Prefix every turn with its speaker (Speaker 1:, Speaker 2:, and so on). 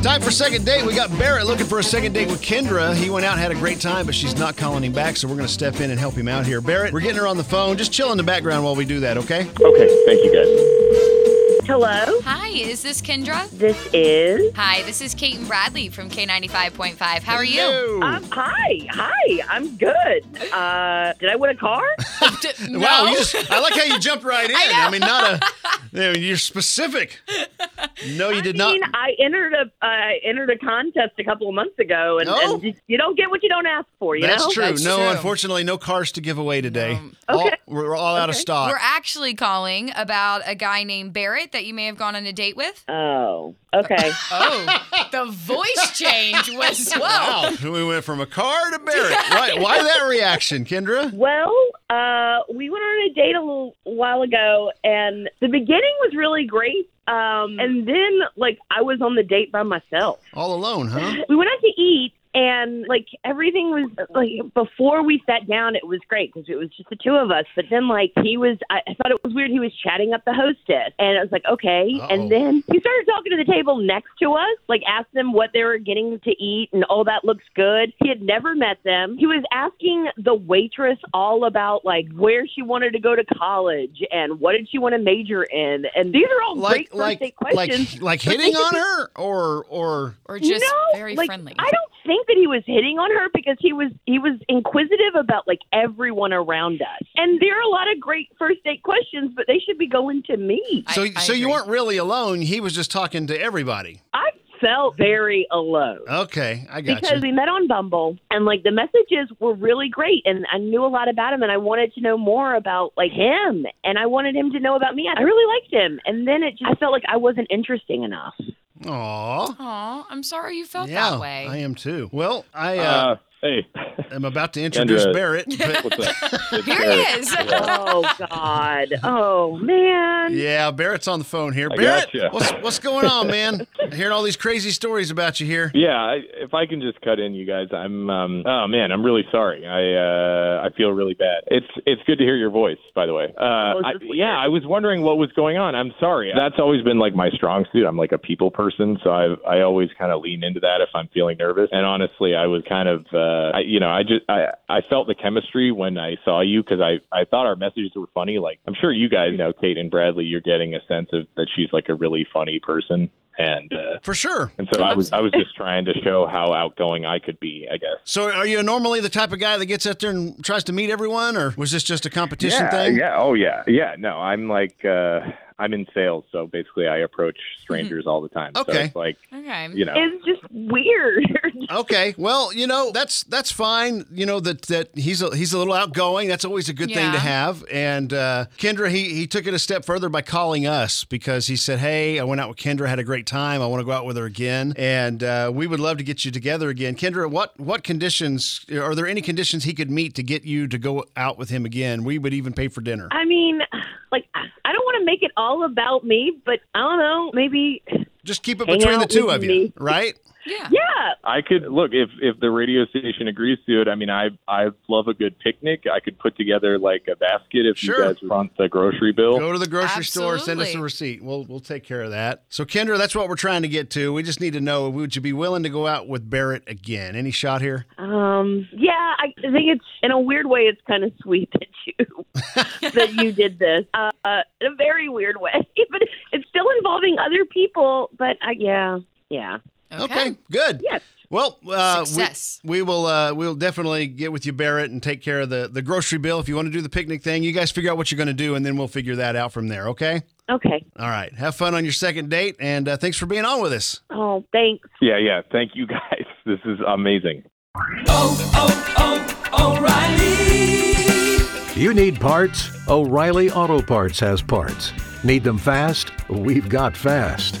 Speaker 1: Time for second date. We got Barrett looking for a second date with Kendra. He went out and had a great time, but she's not calling him back, so we're going to step in and help him out here. Barrett, we're getting her on the phone. Just chill in the background while we do that, okay?
Speaker 2: Okay, thank you guys.
Speaker 3: Hello,
Speaker 4: Hi, is this Kendra?
Speaker 3: this is.
Speaker 4: Hi, this is Kate and Bradley from K95.5. How are you?
Speaker 1: Hello.
Speaker 3: Um, hi, hi, I'm good. Uh, did I win a car?
Speaker 4: D-
Speaker 1: Wow,
Speaker 4: no?
Speaker 1: you just, I like how you jumped right in. I, mean, not a. you know, You're specific. No, you did
Speaker 3: I mean,
Speaker 1: not.
Speaker 3: I entered a I entered a contest a couple of months ago, and,
Speaker 1: No.
Speaker 3: and you don't get what you don't ask for. You
Speaker 1: That's
Speaker 3: know,
Speaker 1: true.
Speaker 4: That's
Speaker 1: no,
Speaker 4: true.
Speaker 1: unfortunately, no cars to give away today. All-
Speaker 3: Okay.
Speaker 1: we're all out of stock.
Speaker 4: We're actually calling about a guy named Barrett that you may have gone on a date with.
Speaker 3: Oh, okay.
Speaker 4: Oh, the voice change was whoa.
Speaker 1: Wow, we went from a car to Barrett. Why, why that reaction, Kendra?
Speaker 3: Well, uh, we went on a date a little while ago, and the beginning was really great.
Speaker 1: Mm.
Speaker 3: Um, and then, like, I was on the date by myself.
Speaker 1: All alone, huh?
Speaker 3: We went out to eat, and like everything was like before we sat down, it was great because it was just the two of us. But then, like, he was, I, I thought it was weird. He was chatting up the hostess, and I was like, okay.
Speaker 1: Uh-oh.
Speaker 3: And then he started talking to the table next to us, like, asked them what they were getting to eat, and oh, that looks good. He had never met them. He was asking the waitress all about like where she wanted to go to college and what did she want to major in, and these are all
Speaker 1: Like,
Speaker 3: great first
Speaker 1: like,
Speaker 3: date questions.
Speaker 1: like, like hitting on her, or, or
Speaker 4: Or just
Speaker 3: no,
Speaker 4: very
Speaker 3: like,
Speaker 4: friendly.
Speaker 3: I don't think that he was hitting on her because he was he was inquisitive about like everyone around us. And there are a lot of great first date questions, but they should be going to me.
Speaker 4: I-
Speaker 1: So,
Speaker 4: I
Speaker 1: so you
Speaker 4: agree.
Speaker 1: weren't really alone. He was just talking to everybody.
Speaker 3: I felt very alone.
Speaker 1: Oh, Okay, I got
Speaker 3: Because
Speaker 1: you.
Speaker 3: we met on Bumble and like the messages were really great and I knew a lot about him and I wanted to know more about like him and I wanted him to know about me. I really liked him and then it just I felt like I wasn't interesting enough.
Speaker 1: Aw.
Speaker 4: Aw, I'm sorry you felt
Speaker 1: Yeah,
Speaker 4: that way.
Speaker 1: I am too. Well, I uh,
Speaker 2: Uh, hey,
Speaker 1: am about to introduce
Speaker 2: Kendra.
Speaker 1: Barrett. But
Speaker 2: what's up? It's
Speaker 4: Here he
Speaker 2: Eric.
Speaker 4: is.
Speaker 2: Yeah.
Speaker 3: oh God. Oh man.
Speaker 1: yeah, Barrett's on the phone here.
Speaker 2: I
Speaker 1: Barrett,
Speaker 2: gotcha.
Speaker 1: what's what's going on, man? I'm hearing all these crazy stories about you here.
Speaker 2: Yeah, I, if I can just cut in, you guys, I'm. Um, oh man, I'm really sorry. I uh, I feel really bad. It's it's good to hear your voice, by the way. Uh,
Speaker 3: it's
Speaker 2: I,
Speaker 3: just weird.
Speaker 2: yeah, I was wondering what was going on. I'm sorry. That's always been like my strong suit. I'm like a people person, so I I always kind of lean into that if I'm feeling nervous. And honestly, I was kind of, uh, I, you know, I just I I felt the chemistry when I saw you because I I thought our messages were funny. Like I'm sure you guys know Kate and Bradley. You're getting a sense of that she's like a really funny person. And uh,
Speaker 1: For sure.
Speaker 2: and so I was I was just trying to show how outgoing I could be, I guess.
Speaker 1: So, are you normally the type of guy that gets out there and tries to meet everyone, or was this just a competition thing?
Speaker 2: yeah, oh yeah. Yeah, no, I'm like uh I'm in sales, so basically I approach strangers all the time.
Speaker 1: Okay.
Speaker 2: So it's like,
Speaker 4: Okay.
Speaker 2: you know,
Speaker 3: It's just weird.
Speaker 1: Okay, well, you know that's that's fine. You know that that he's a, he's a little outgoing. That's always a good thing
Speaker 4: Yeah.
Speaker 1: to have. And uh, Kendra, he he took it a step further by calling us because he said, "Hey, I went out with Kendra, had a great time. I want to go out with her again, and uh, we would love to get you together again." Kendra, what what conditions are there? Any conditions he could meet to get you to go out with him again? We would even pay for dinner.
Speaker 3: I mean, like, I don't want to make it all about me, but I don't know. Maybe,
Speaker 1: Just keep it
Speaker 3: Hang
Speaker 1: between the
Speaker 3: out
Speaker 1: two
Speaker 3: with
Speaker 1: of you,
Speaker 3: me.
Speaker 1: right?
Speaker 4: Yeah.
Speaker 3: yeah.
Speaker 2: I could look if if the radio station agrees to it. I mean, I I love a good picnic. I could put together like a basket if
Speaker 1: Sure.
Speaker 2: you guys front the grocery bill.
Speaker 1: Go to the grocery store, send us a
Speaker 4: Absolutely.
Speaker 1: receipt. We'll we'll take care of that. So Kendra, that's what we're trying to get to. We just need to know would you be willing to go out with Barrett again? Any shot here?
Speaker 3: Um, yeah, I think it's, in a weird way, it's kind of sweet that you, that you did this. Uh, in a very weird way, but it's still involving other people, but I, yeah, yeah.
Speaker 4: Okay.
Speaker 1: good.
Speaker 3: Yes.
Speaker 1: Well, uh, we,
Speaker 4: Success.
Speaker 1: we will uh, we'll definitely get with you, Barrett, and take care of the, the grocery bill. If you want to do the picnic thing, you guys figure out what you're going to do, and then we'll figure that out from there. Okay.
Speaker 3: Okay.
Speaker 1: All right. Have fun on your second date, and uh, thanks for being on with us.
Speaker 3: Oh, thanks.
Speaker 2: Yeah, yeah. Thank you guys. This is amazing.
Speaker 5: You need parts? O'Reilly Auto Parts has parts. Need them fast? We've got fast.